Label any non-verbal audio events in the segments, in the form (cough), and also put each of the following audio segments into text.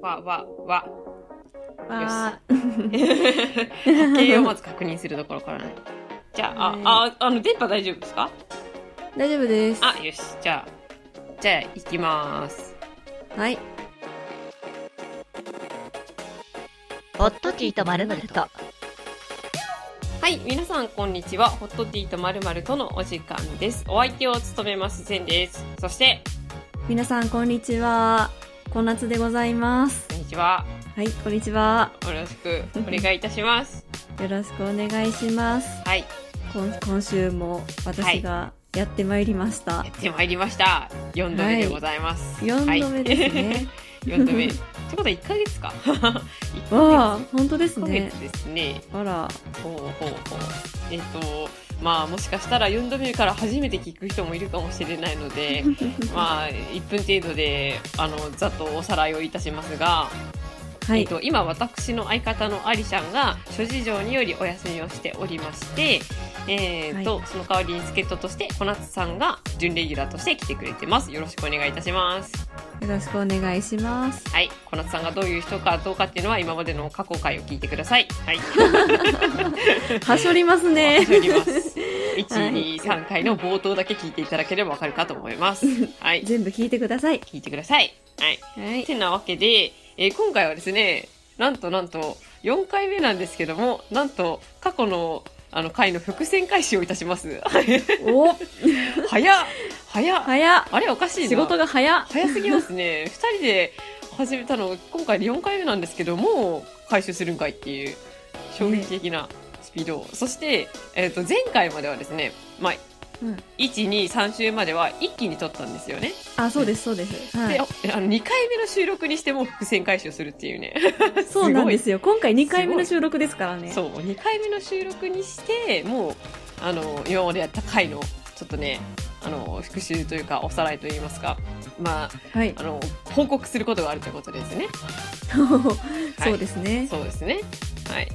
わ、わ、わ。 (laughs) あ (laughs) 形をまず確認するところからね。じゃあ、あ、あ、あの、電波大丈夫ですかー大丈夫です。あ、よし。じゃあ、じゃあ、行きます。はい。ホットティーとまるまると。はい、皆さん、こんにちは。ホットティーとまるまるとのお時間です。お相手を務めます、ゼンです。そして、皆さん、こんにちは。こんなつでございます。こんにちは。はい、こんにちは。よろしくお願いいたします。 (laughs) よろしくお願いします。はい、今今週も私がやってまいりました。やってまいりました。4度目でございます。 4度目で (laughs) すね。はい。4度目。ってことは1ヶ月 (laughs) か。1わあヶ、本当です月。1ヶね月。ですね。あら、ほうほうほう。えっ、と、まあもしかしたら4度目から初めて聞く人もいるかもしれないの (laughs) で、まあ1分程度で、あの、ざっとおさらいをいたしますが、はえっい。と、今私の相方のアリシャンが諸事情によりお休みをしておりまして、えーとその代わりに助っ人として小夏さんが準レギュラーとして来てくれてますよろしくお願いいたしますよろしくお願いし (laughs) ます。はい小夏さんがどういう人かどうかっていうのは今までの過去回を聞いてくださいはいはしょりますね。わかりますはい123回の冒頭だけ聞いていただければわかるかと思いますはい全部聞いてください。聞いてくださいはいはい。てなわけで、えー今回はですねなんとなんと4回目なんですけどもなんと過去のあの回の伏線回収をいたします (laughs) お、早っ早っ、早っ。あれおかしいな仕事が早っ。早すぎますね2人で始めたの今回で4回目なんですけどもう回収するんかいっていう衝撃的なスピード、そして、えー、と前回まではですね、まあうん123週までは一気に撮ったんですよね、あ、そうです、そう (laughs) です。はいで。あの2回目の収録にしてもう伏線回収するっていうねそうなんですよ。今回2回す目ごのい収録ですからね。そう2回目の収録にしてもうあの今までやった回のちょっとねあの復習というかおさらいといいますかまあはいあ。の報告することがあるということですね (laughs) そうですね。そうですねはい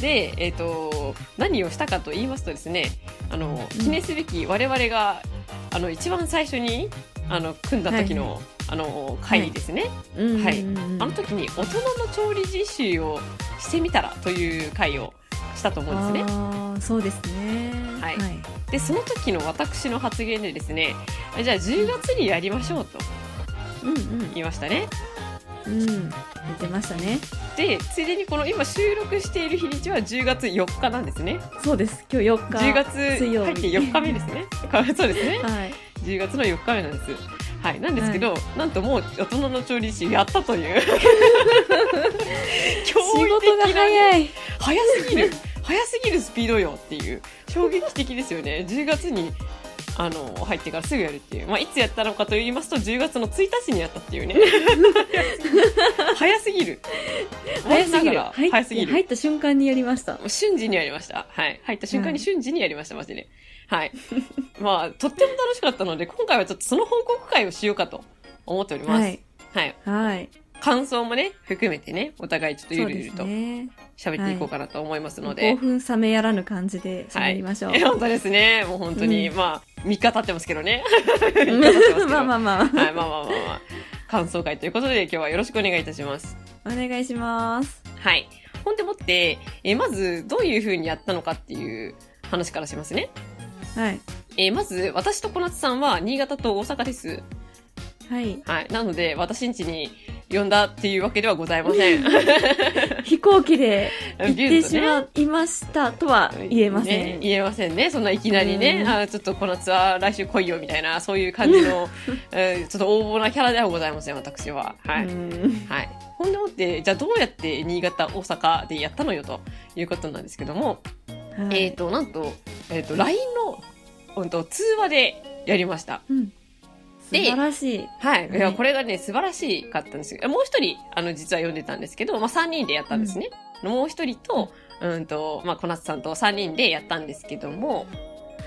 でえっ、と何をしたかと言いますとですねあの記念すべき我々があの一番最初にあの組んだ時の、あの会ですね、うんはいうんうんうんあの時に大人の調理実習をしてみたらという会をしたと思うんですねあーそうですね。はいでその時の私の発言でですねじゃあ10月にやりましょうとうん言いましたねうん。うん。出ましたね。でついでにこの今収録している日にちは10月4日なんですねそうです。今日4日。 10月水曜入日って4日目です (laughs) ねそうですね (laughs) はい。 10月の4日目なんですはいなんですけど、なんともう大人の調理師やったという (laughs) 驚異仕事が的なね早い。早すぎる早すぎるスピードよっていう衝撃的ですよね10月にあの入ってからすぐやるっていう、まあ、いつやったのかと言いますと10月の1日にやったって (laughs) いうね早すぎる早すぎる。我ながら早すぎる入った瞬間にやりました。もう瞬時にやりました。はい。入った瞬間に瞬時にやりました、マジで。 (laughs) はい。まあ、とっても楽しかったので、今回はちょっとその報告会をしようかと思っております。ははいい。。はい。感想もね、含めてね、お互いちょっとゆそうるでゆるすとね。喋っていこうかなと思いますので。興奮冷めやらぬ感じで喋りましょう。 (laughs) え本当ですね。もう本当に、うまあ、3日経ってますけどね。う3ん日経ってますけど。 (laughs) まあまあまあ。はい、まあまあまあまあ。感想会ということで、今日はよろしくお願いいたします。お願いします。はい。ほんでもって、えーまず、どういう風にやったのかっていう話からしますね。はい。えーまず、私と小夏さんは、新潟と大阪です。はい。はい。なので、私ん家に呼んだっていうわけではございま (laughs) せん。飛行機で行っビュてーとしねまいましたとは言えませねん。言えませんね。そんないきなりね、うんあーちょっとこの夏は来週来いよみたいな、そういう感じ (laughs) の、えーちょっと横暴なキャラではございません、私は。はい。うんはい。ほんでもって、じゃあどうやって新潟、大阪でやったのよということなんですけども、はいえっ、と、なんと、えっ、と、LINE の、うんと、通話でやりました。うん素で晴らしい。はい。いや、はいこれがね、素晴らしかったんですけど、もう一人、あの、実は読んでたんですけど、まあ、3人でやったんですね。もう一人と、うんと、まあ、小夏さんと3人でやったんですけども、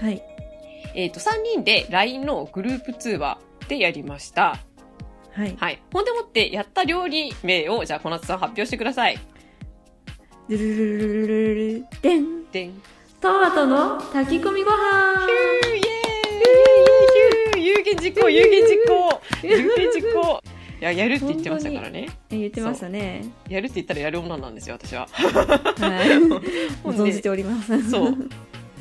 はい。えっ、と、3人で LINE のグループ通話でやりました。はい。はい。ほんでもって、やった料理名を、じゃあ、小夏さん発表してください。ルルルルルルルルでん。でん。ヒトマトの炊き込みご飯ューイエーイヒュー有言実行、有言実行有言実行いややるって言ってましたからね言ってましたね。やるって言ったらやる女なんですよ私ははい。ほんで存じております。 (laughs) そう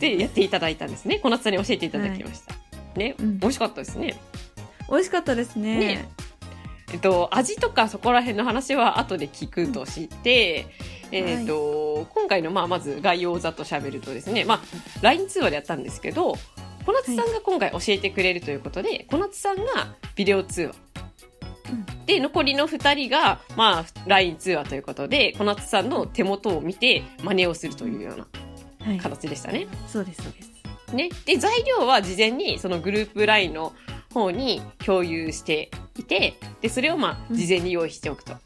でやっていただいたんですね小夏さんに教えていただきました、ね、うん美味しかったですね美味しかったですね。ねえっと、味とかそこら辺の話は後で聞くとして、えっと今回のまあまず概要をざっとしゃべるとですね、まあ、LINE 通話でやったんですけど小夏さんが今回教えてくれるということで、小夏さんがビデオ通話。で残りの2人が、まあ、LINE 通話ということで小夏さんの手元を見て真似をするというようなはい。形でしたね。そうですそうです。ね、で材料は事前にそのグループ LINE の方に共有していてでそれをまあうん事前に用意しておくと。は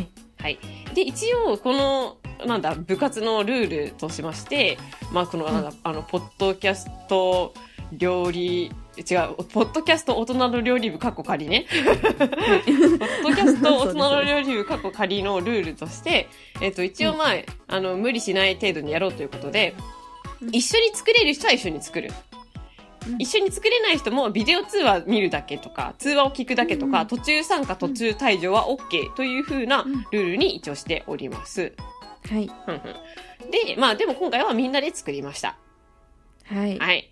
い。はい、で一応このなんだ部活のルールとしまして、まあ、このなんだ、あのポッドキャスト料理違うポッドキャスト大人の料理部かっこ仮ねポッドキャスト大人の料理部かっこ仮のルールとして、えっと一応まあ,、あの無理しない程度にやろうということでうん一緒に作れる人は一緒に作るうん一緒に作れない人もビデオ通話見るだけとか通話を聞くだけとか、うん途中参加途中退場は OK というふうなルールに一応しております。はい。ふんふんで、まあでも今回はみんなで作りました。はい。はい。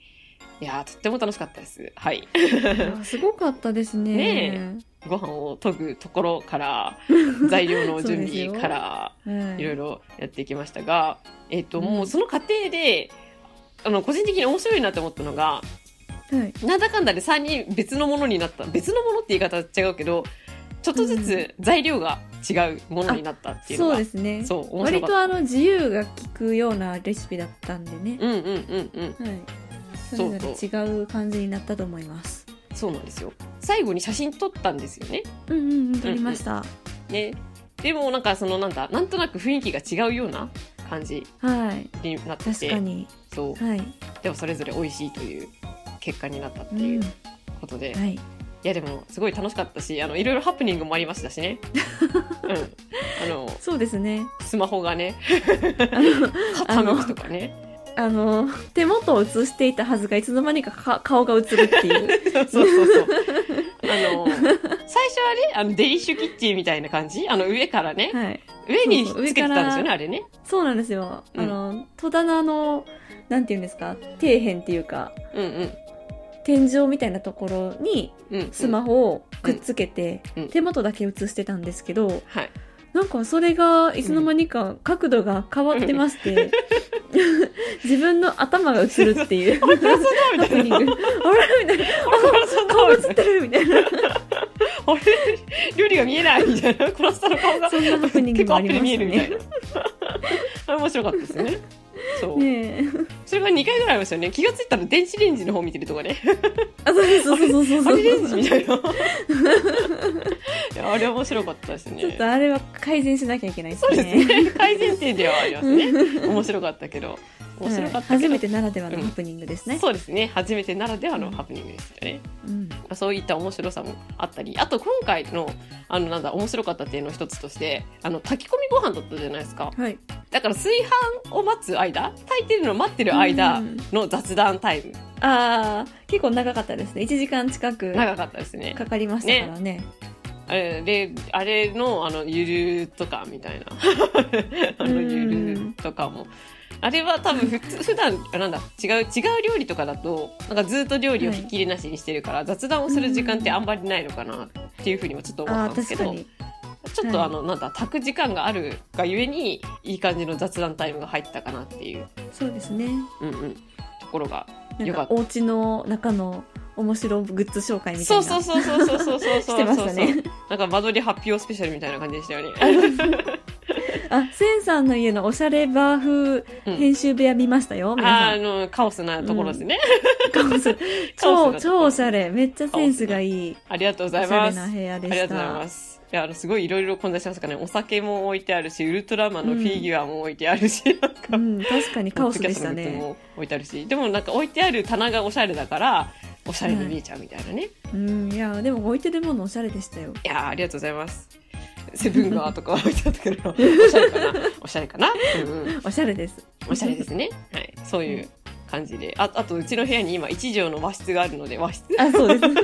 いやー、とっても楽しかったです。はい。あすごかったですね。ねご飯を研ぐところ (laughs) から、材料の準備から、はい。いろいろ。ろやってきましたが、えっ、と、うんもうその過程で、あの、個人的に面白いなと思ったのが、はい。なんだかんだで3人別のものになった。別のものって言い方は違うけど、ちょっとずつ材料が違うものになったっていうのそが、うですね。そう面白割かったとあの自由が利くようなレシピだったんでね。うんうんうんうん。はい。そそうれぞれ違う感じになったと思います。そうなんですよ。最後に写真撮ったんですよね。うんうんうん、撮りました。ね。でもなんかそのなんだ、なんとなく雰囲気が違うような感じはい。になって確かて、に。そはい。う。でもそれぞれ美味しいという結果になったってういんうことで、いはい。やでもすごい楽しかったし、あのいろいろハプニングもありましたし (laughs) ね。うん。あのそうですね。スマホがね、あの、傾くとかね。あの (laughs) 手元を映していたはずがいつの間にかか顔が映るっていう。 (laughs) そうそうそう。あの最初はね、あのデリッシュキッチンみたいな感じ、あの上からね、はい。上にそつうそうけてたんです上よかね、らあれね。そうなんですよ。うんあの、戸棚の、なんていうんですか、底辺っていうか、うんうん。天井みたいなところにうんうんスマホをくっつけて、うんうん手元だけ映してたんですけど、はい。なんかそれがいつの間にか角度が変わってまして、 (laughs) 自分の頭が映るっ (laughs) ていう。ハプラスだみプたいニング。なあ。れみたいな。あれ、殺さん顔だみ映ってるみたいな。あれ、料理が見えないみたいな。殺したの顔が。そんなハプニング結構もアあッりプでま見しえたるみたいね。な。あれ面白かったですね。そう。ねえ。それが2回ぐらいありましたよね。気がついたら電子レンジの方見てるとかね。あ、そうそうそうそうあそう。れレンジみたいな。いや、あれ面白かったですちょっねと。あれは改善しなきゃいけないですそうね。ですね。改善点ではありますね。面白かったけど。面白かったけど。はい初めてならではうのんハプニングですね。そうですね。初めてならではのハプニングですよね。うんまあそういった面白さもあったりあと今回のあのなんだ面白かった点の一つとしてあの炊き込みご飯だったじゃないですかはい。だから炊飯を待つ間炊いてるのを待ってる間うんの雑談タイムああ、結構長かったですね。1時間近く長かったですねかかりましたからね。あれであれのあのゆるとかみたい (laughs) なあのゆるとかもあれは多分普 (laughs) 通普段なんだ違う違う料理とかだとなんかずっと料理をひっきりなしにしてるから、雑談をする時間ってあんまりないのかなっていうふうにもちょっと思あっあたんー、ですけ確どかに。ちょっはといあの、なんだ、炊く時間があるがゆえに、いい感じの雑談タイムが入ったかなっていう、そうですね。うんうん、ところが。なんよかかっ、たお家の中の面白グッズ紹介みたいそうな。そうそうそうそうそうそう (laughs) しそうてまそしうたね。なんか間取り発表スペシャルみたいな感じでしたよね。あ、センさんの家のおしゃれバーうん風編集部屋見ましたよ、あ皆ーあの、カオスなところですね。さん。カオス超、だ超おしゃれ。めっちゃセンスがいい。ありがとうござおいしゃまれす。なあ部屋でりがした。とうございます。いや、あの、すごいいろいろ混在してますからね。お酒も置いてあるし、ウルトラマンのフィギュアも置いてあるし、なんかう。ん、確かにカオスでしたポッドキャストのグッズね。も置いてあるし、でもなんか置いてある棚がおしゃれだから、おしゃれに見えちゃうみたいなね。うん、いや、でも置いてるものおしゃれでしたよ。いやーありがとうございます。セブン川とかは置いてあったけど、おしゃれかなおしゃれかな、うんうん、おしゃれです。おしゃれですね。はい。そういう感じでああとうちの部屋に今1畳の和室があるので和室 (laughs) あ、そうで (laughs) すね。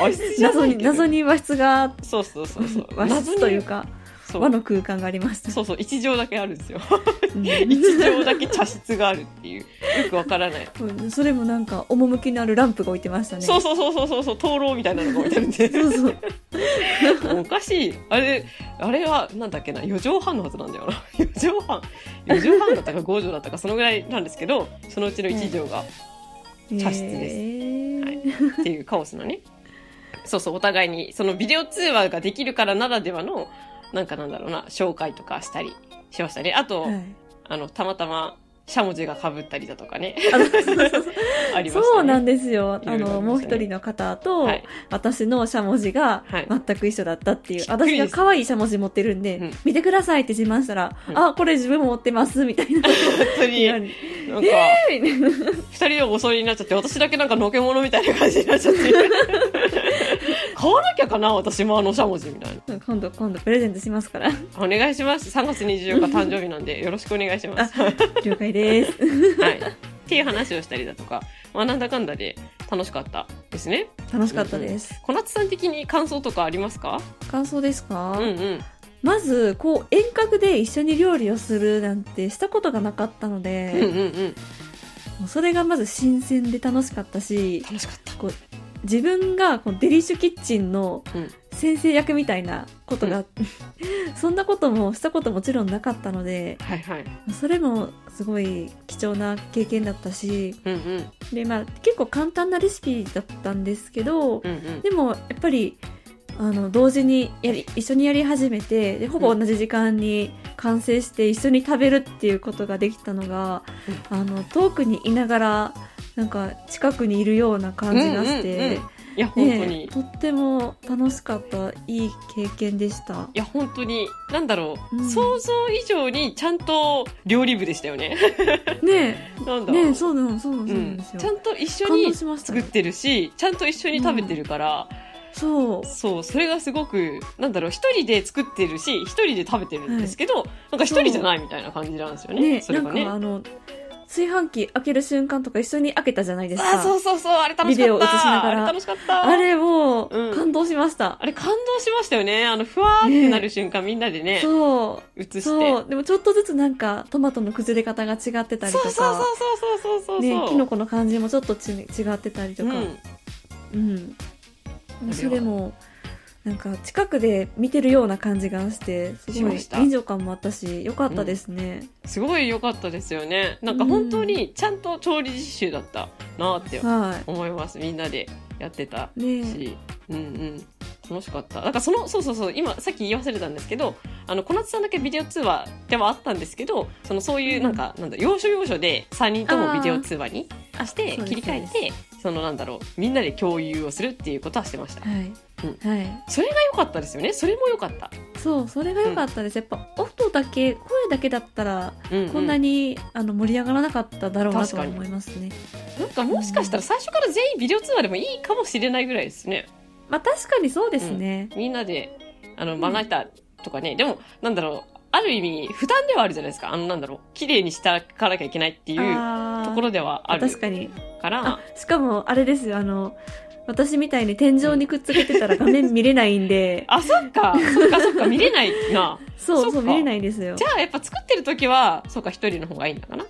和室じゃな謎いけに、ど謎に和室が、そうそうそうそう和室というか、そう和の空間がありました。そうそう1畳だけあるんですよ (laughs) うん1畳だけ茶室があるっていうよくわからないうんそれもなんか、趣のあるランプが置いてましたね。そうそうそうそうそうそう灯籠みたいなのが置いてあるんで (laughs) そうそう。もうおかしいあれあれはなんだっけな4畳半のはずなんだよな (laughs) 4畳半4畳半だったか5畳だったかそのぐらいなんですけどそのうちの1畳が茶室ですえーはいっていうカオスのねそうそうお互いにそのビデオ通話ができるからならではのなんかなんだろうな紹介とかしたりしましたねあと、はいあのたまたましゃもじがかぶったりだとか (laughs) ねあそうそうそうありましたねそうなんですよ。いろあいろありましたねの、もう一人の方と、はい私のしゃもじがはい全く一緒だったっていう。びっくり私ですが可愛いしゃもじ持ってるんで、うん見てくださいって自慢したら、うんあ、これ自分も持ってます、みたいな。本当になるなんか、二人でお揃いになっちゃって、私だけなんかのけ者みたいな感じになっちゃって。 (laughs) 買わなきゃかな私もあのしゃもじみたいな。 (laughs) 今度、今度プレゼントしま (laughs) すから。お願いします。3月24日誕生日なんで、よろしくお願いします。はい。了解です。っていう話をしたりだとか、まあなんだかんだで楽しかったですね。楽しかったです。小夏さん的に感想とかありますか感想ですか、うんうん。まず、こう、遠隔で一緒に料理をするなんてしたことがなかったのうんうんで、うん。もうそれがまず新鮮で楽しかったし、楽しかった。こう自分がこのデリッシュキッチンのうん先生役みたいなことが、 (laughs) そんなこともしたこともちろんなかったのではいはい。それもすごい貴重な経験だったしうんうん。で、まあ、結構簡単なレシピだったんですけど、うんうん。でもやっぱりあの同時にやり一緒にやり始めてでほぼ同じ時間に完成して一緒に食べるっていうことができたのが、あの遠くにいながらなんか近くにいるような感じがして。うんうんうんいや、本当ねにえ、。とっても楽しかったいい経験 (laughs) でしたいや本当に何だろう、うん想像以上にちゃんと料理部でしたよね (laughs) なんねえだろう、ねえそうなのそうなのそううなんんですよ、ちゃんと一緒感動にしました作ねってるしちゃんと一緒に食べてるから、そうそうそれがすごくなんだろう一人で作ってるし一人で食べてるんですけど、なんか一人じゃないみたいな感じなんですよねねそなれんがねかあの炊飯器開ける瞬間とか一緒に開けたじゃないですかあそうそうそうあれ楽しビデかオっ映しなたがあれら楽しかったあれもうん感動しました、あれ感動しましたよねあのふわーってなる瞬間、みんなでねそう映してそうそうでもちょっとずつなんかトマトの崩れ方が違ってたりとそうそうそうかそうそうそうねキノコの感じもちょっとち違ってたりとか、うんうんあれ、はそれもなんか近くで見てるような感じがしてすしごまいした臨場感もあったし良かったですね、すごい良かったですよね。なんか本当にちゃんと調理実習だったなっては思います。みんなでやってたいねし、うんうん。楽しかった。なんかその、そうそうそう、今さっき言い忘れたんですけど、あの、小夏さんだけビデオ通話ではあったんですけど、そのそういうう、んなんか、なんだ、要所要所で3人ともビデオ通話にあして切り替えて、そのなんだろう、みんなで共有をするっていうことはしてました。良はい、うはい、かったですよね。それも良かった。そうそれが良かったです、やっぱ音だけ声だけだったらうんうんこんなに、あの盛り上がらなかっただろうなとは思いますねなんかもしかしたら最初から全員ビデオ通話でもいいかもしれないぐらいですね。まあ確かにそうですね、みんなで、あの、んまな板とかね、でも、なんだろう、ある意味、負担ではあるじゃないですか。あの、なんだろう、綺麗にしていかなきゃいけないっていうあーところではある確かにからあ、しかもあれですよあの私みたいに天井にくっつけてたら画面見れないんであ、そっか、そっか、そっか、見れないな。そ (laughs) うそそううか見れないんですよじゃあ、やっぱ作ってる時は、そうか、一人の方がいいんだかな。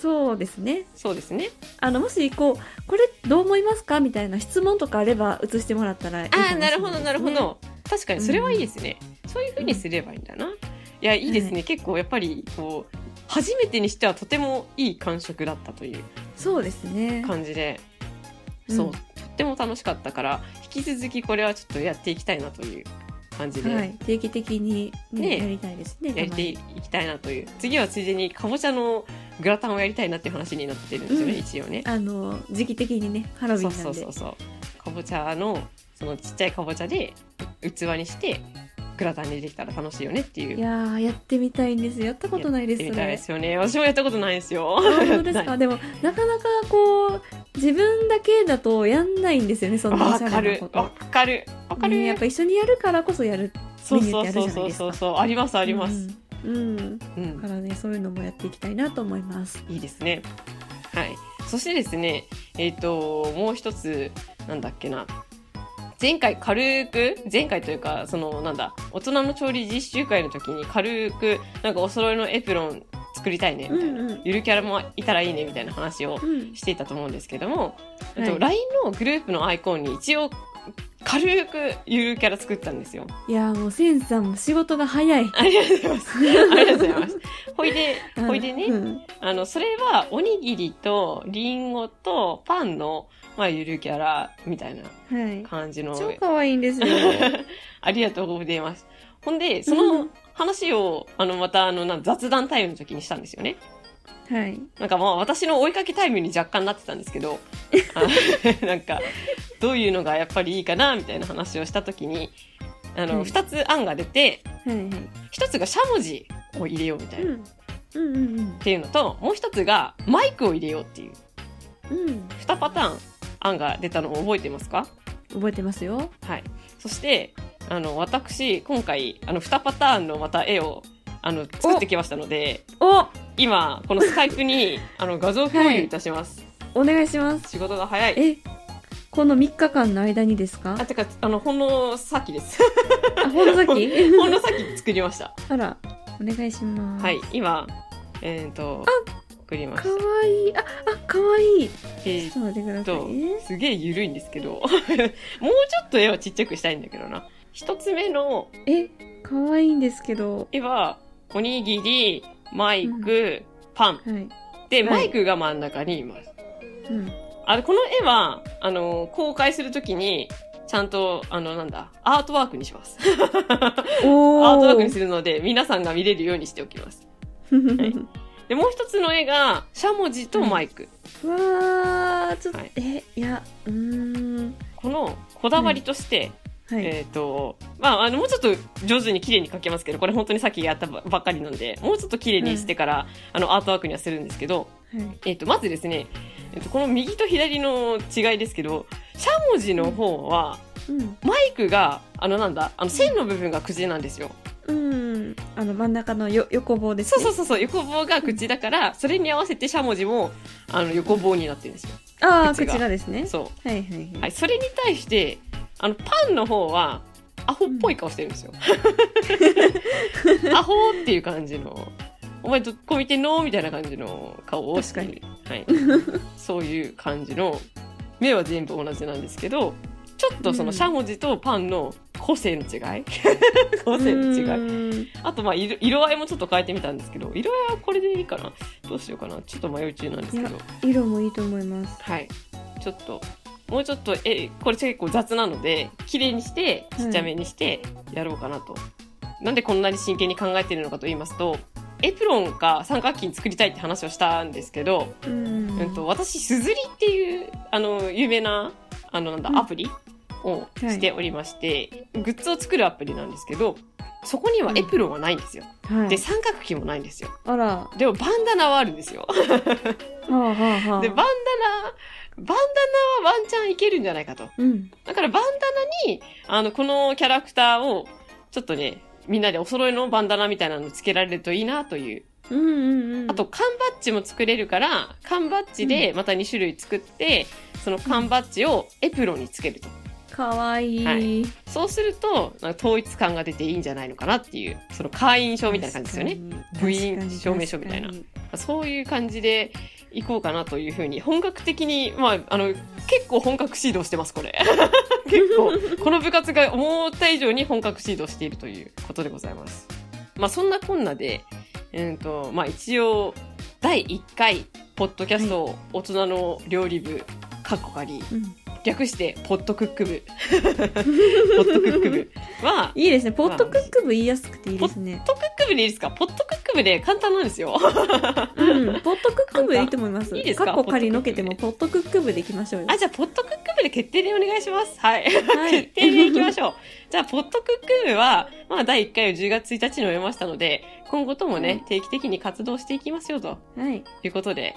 そうですねそうですね。あのもしこうこれどう思いますかみたいな質問とかあれば映してもらったらいいかもあしれあ、なないるですねほど、なるほど。確かに、それはいいですね。そういうふうにすればいいんだな。いや、いいですね。結構、やっぱり、こう、初めてにしてはとてもいい感触だったというそうですね感じで、うんそうとっても楽しかったから引き続きこれはちょっとやっていきたいなという感じはでい定期的にね、ねやりたいですねやっていきたいなという、次はついでにかぼちゃのグラタンをやりたいなっていう話になってるんですよね、うん一応ね。たまにあの時期的にねハロウィンそうなんでそうそうそうかぼちゃのそのちっちゃいかぼちゃで器にしてグラタンにできたら楽しいよねっていう。いやーやってみたいんですやったことないですやってみそたいれですよね。私もやったことないですよ。あ本当です (laughs) ないかでもなかなかこう自分だけだとやんないんですよねそんなおわしゃかれなるこ。とわかる。わかる。ねやっぱ一緒にやるからこそやるそうメニュそーっうてあるじゃそうなそういですそかうそう。ありますああります。うん、うんうんだからねそういうのもやっていきたいなと思いますいいですね。はい。そしてですね、えっ、と、もう一つ、なんだっけな。前回軽く、前回というか、その、なんだ、大人の調理実習会の時に軽く、なんかお揃いのエプロン作りたいね、みたいな。うんうんゆるキャラもいたらいいね、みたいな話をうんしていたと思うんですけども、はいえっと LINE のグループのアイコンに一応、軽くゆるキャラ作ったんですよ。いやもうセンさんも仕事が (laughs) 早い。ありがとうございます。ありがとうございます。ほいで、ほいでね、うんあの、それは、おにぎりと、りんごと、パンの、まあ、ゆるキャラ、みたいなはい。感じの。超可愛いんです (laughs) よ。ありがとうございます。ほんで、その話を、あの、また、あの、なん雑談タイムの時にしたんですよね。はい。なんかまあ、私の追いかけタイムに若干なってたんですけ (laughs) ど、あ (laughs) なんか、どういうのがやっぱりいいかな、みたいな話をした時に、あうの、ん二、つ案が出て、はいはい。一つがしゃもじを入れようみたいな、っうん。うんうんていうのと、もう一つがマイクを入れようっていう。うん。うん。 2パターン案が出たのを覚えてますか覚えてますよ。はいそしてあの私今回あの2パターンのまた絵をあの作ってきましたのでお今このスカイプにあの画像共有いたします、お願いします。仕事が早いえ、この3日間の間にですかあてかあのほんのさっきですあ、ほんのさっき (laughs) ほんのさっき作りました (laughs) あら、お願いします。はい。今えっ、と作りましかたわいい。あ、あ、かわいい。えちょーっと待ってくださいとね。すげえ緩いんですけど (laughs) もうちょっと絵はちっちゃくしたいんだけどな一つ目のえ、かわいいんですけど。絵はおにぎりマイク、パンはい。で、はいマイクが真ん中にいます。うん。あこの絵は、あの、公開するときに、ちゃんと、あの、なんだ、アートワークにします。アおートワークにすするので、皆さんが見れるようにしておきます。 (laughs) る。で、もう一つの絵が、しゃもじとマイク。わー、ちょっと、はいえ、いや、うーん。この、こだわりとして、はい。えっ、と、まあ、あの、もうちょっと上手に綺麗に描けますけど、これ本当にさっきやったばばっかりなんで、もうちょっと綺麗にしてから、あの、アートワークにはするんですけど、はい。えっ、と、まずですね、えっと、この右と左の違いですけど、しゃもじの方は、うん。マイクがあのなんだあの線の部分が口なんですよ。うん。あの、真ん中のよ横棒ですそうね。そうそうそう横棒が口だからそれに合わせてしゃもじもあの横棒になってるんですよ。ああ、口が口がですね。そはいはいはうい。はいそれに対してあのパンの方はアホっぽい顔してるんですよ。アホっていう感じの。お前どこ見てんのみたいな感じの顔をしてる、はい、そういう感じの目は全部同じなんですけどちょっとそのしゃもじとパンの個性の違い個性の違い違い。あとまあ色色合いもちょっと変えてみたんですけど色合いはこれでいいかなどうしようかなちょっと迷い中なんですけいど色もいいと思います。はいちょっともうちょっとえこれ結構雑なので綺麗にしてちっちゃめにしてやろうかなと、なんでこんなに真剣に考えてるのかと言いますとエプロンか三角巾作りたいって話をしたんですけど、うんうん、と私すずりっていうあの有名なあのなんだ、うんアプリをしておりまして、グッズを作るアプリなんですけどそこにはエプロンはないんですよ、はでい。三角巾もないんですよあら、はでもバンダナはあるんですよあはあはあ。でバンダナバンダナはワンチャンいけるんじゃないかとうん。だからバンダナにあのこのキャラクターをちょっとねみんなでお揃いのバンダナみたいなのつけられるといいなといううんうんうん。あと、缶バッジも作れるから缶バッジでまた2種類作ってその缶バッジをエプロンにつけるとかわい。はいそうするとなんか統一感が出ていいんじゃないのかなっていうその会員証みたいな感じですよね確か部に。員証明書みたいな確かそういう感じで行こうかなというふうに本格的に、まあ、あの結構本格指導してますこれ結構この部活が思った以上に本格指導しているということでございます。まあ、そんなこんなで、えーとまあ、一応第1回ポッドキャストを大人の料理部かっこかりに略してポッドクック部ポッドクック (laughs) 部はうんいいですね。ポットクック部言いやすくていいですね。ポッドクック部でいいですかポッドクック部で簡単なんですよ。うん。 (laughs) ポットクック部でいいと思います。いいですかっこ仮のけても、ポットクック部でいきましょうよ。あ、じゃあ、ポットクック部で決定でお願いします。はい。はい決定でいきましょう。 (laughs) じゃあ、ポットクック部は、まあ、第1回を10月1日に終えましたので、今後ともね、はい定期的に活動していきますよ、とはい。 (laughs) いうことで、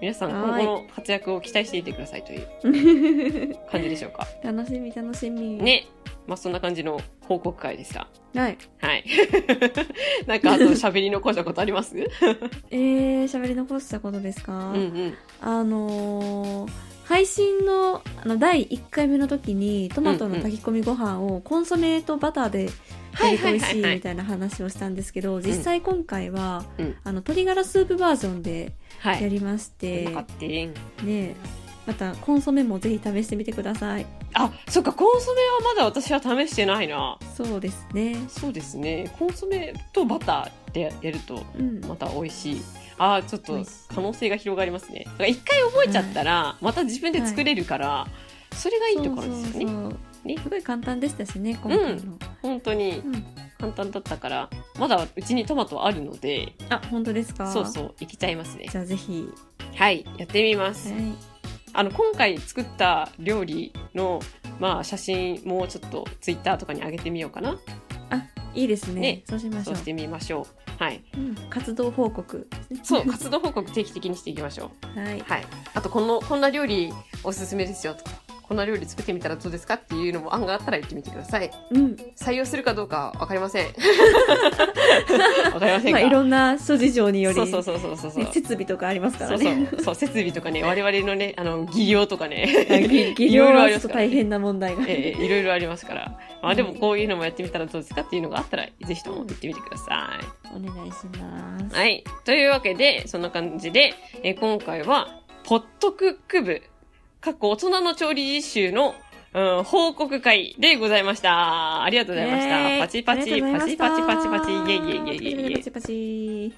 皆さん、今は後いの活躍を期待していてくださいという感じでしょうか。楽しみ楽しみ。。ね。まあ、そんな感じの報告会でした。はい。はい。 (laughs) なんか、あと喋り残したことありますえー、喋り残したことですか、うんうん。あのー配信のあの第1回目の時にトマトの炊き込みご飯をコンソメとバターでは炊いいては美い味はしいいはみい。たいな話をしたんですけど、実際今回は、うんあの鶏ガラスープバージョンではやい。りましうて、まかってんねまたコンソメもぜひ試してみてくださいあ、そっか、コンソメはまだ私は試してないな。そうですねそうですね。コンソメとバターでやると、うんまた美味しい。ああ、ちょっ美と味しい可能性が広がりますね。だから一回覚えちゃったら、また自分で作れるから、それがいいところですよね。そうそうそうねすごい簡単でしたしね今回の、本当にうん簡単だったから、まだうちにトマトあるので、あ本当ですかそうそう、いけちゃいますねじ。ゃあぜひ、はい、やってみます。はいあの、今回作った料理の、まあ、写真もちょっとツイッターとかに上げてみようかな。いいですねねそうしましそょううしてみましょう。はい。うん活動報告ですねそう、活動報告定期的にしていきましょう。 (laughs) はいはい。あと、この、こんな料理おすすめですよとか、こんな料理作ってみたらどうですかっていうのも案があったら言ってみてください。うん採用するかどうかわかりま (laughs) せん。わかりませんまかあいろんな諸事情によりそうそうそうそうそうそう。ね設備とかありますかそらうねそうそう設備とかね我々のねあの技量とかはいねぎ技いろ量いろあはりまちょっすとからね大変な問題が、 (laughs) ええいろいろありますから、まあ、でもこういうのもやってみたらどうですかっていうのがあったらぜひとも言ってみてくださお願いしまい。すはい、というわけでそんな感じで、えー今回は「ポットクック部」過去大人の調理実習の、うん、報告会でございました。ありがとうございました。パチパチパチパチパチパチイエイイエイイエイイエイパ。チパチ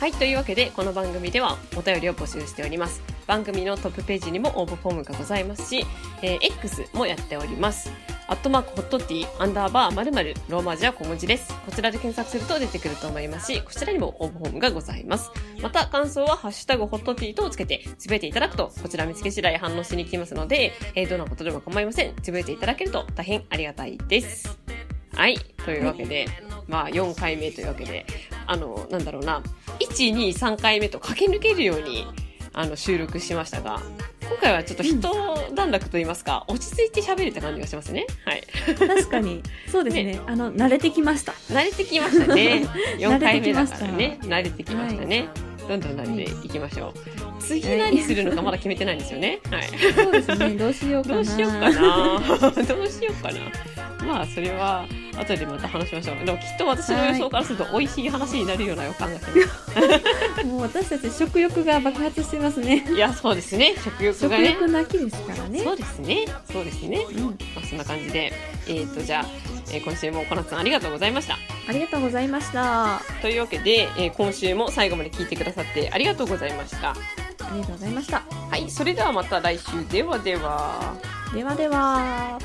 はい、というわけでこの番組ではお便りを募集しております。番組のトップページにも応募フォームがございますし、えー X もやっております。アットマークホットティーアンダーバーまるまるローマ字は小文字です。こちらで検索すると出てくると思いますし、こちらにも応募フォームがございます。また感想はハッシュタグホットティーとつけてつぶやいていただくと、こちら見つけ次第反応しに行きますので、えーどんなことでも構いません。つぶやいていただけると大変ありがたいです。はい、というわけで、まあ4回目というわけで、あの、なんだろうな、123回目と駆け抜けるようにあの収録しましたが今回はちょっと一段落といいますか、落ち着いて喋れた感じがしますねはい確かにそうですねあの慣れてきました慣れてきました (laughs) ね4回目だからね慣慣れてきましたね、どんどん慣れていきましょう次何するのかまだ決めてないんですよねはい (laughs) そうですねどうしようかなどうしようかな (laughs) どうしようかなまあそれは後でまた話しましょうでもきっと私の予想からすると美味しい話になるような予感がしますもう私たち食欲が爆発してますね (laughs) いやそうですね食欲食がね欲の秋ですからねそうですねそうですねうん、まあ、そんな感じで、えー、とじゃあ、えー今週も小夏さんありがとうございました。ありがとうございましたあというわけで、えー今週も最後まで聞いてくださってありがとうございました。りがとうございましたはい、それではまた来週ではでは。ではでは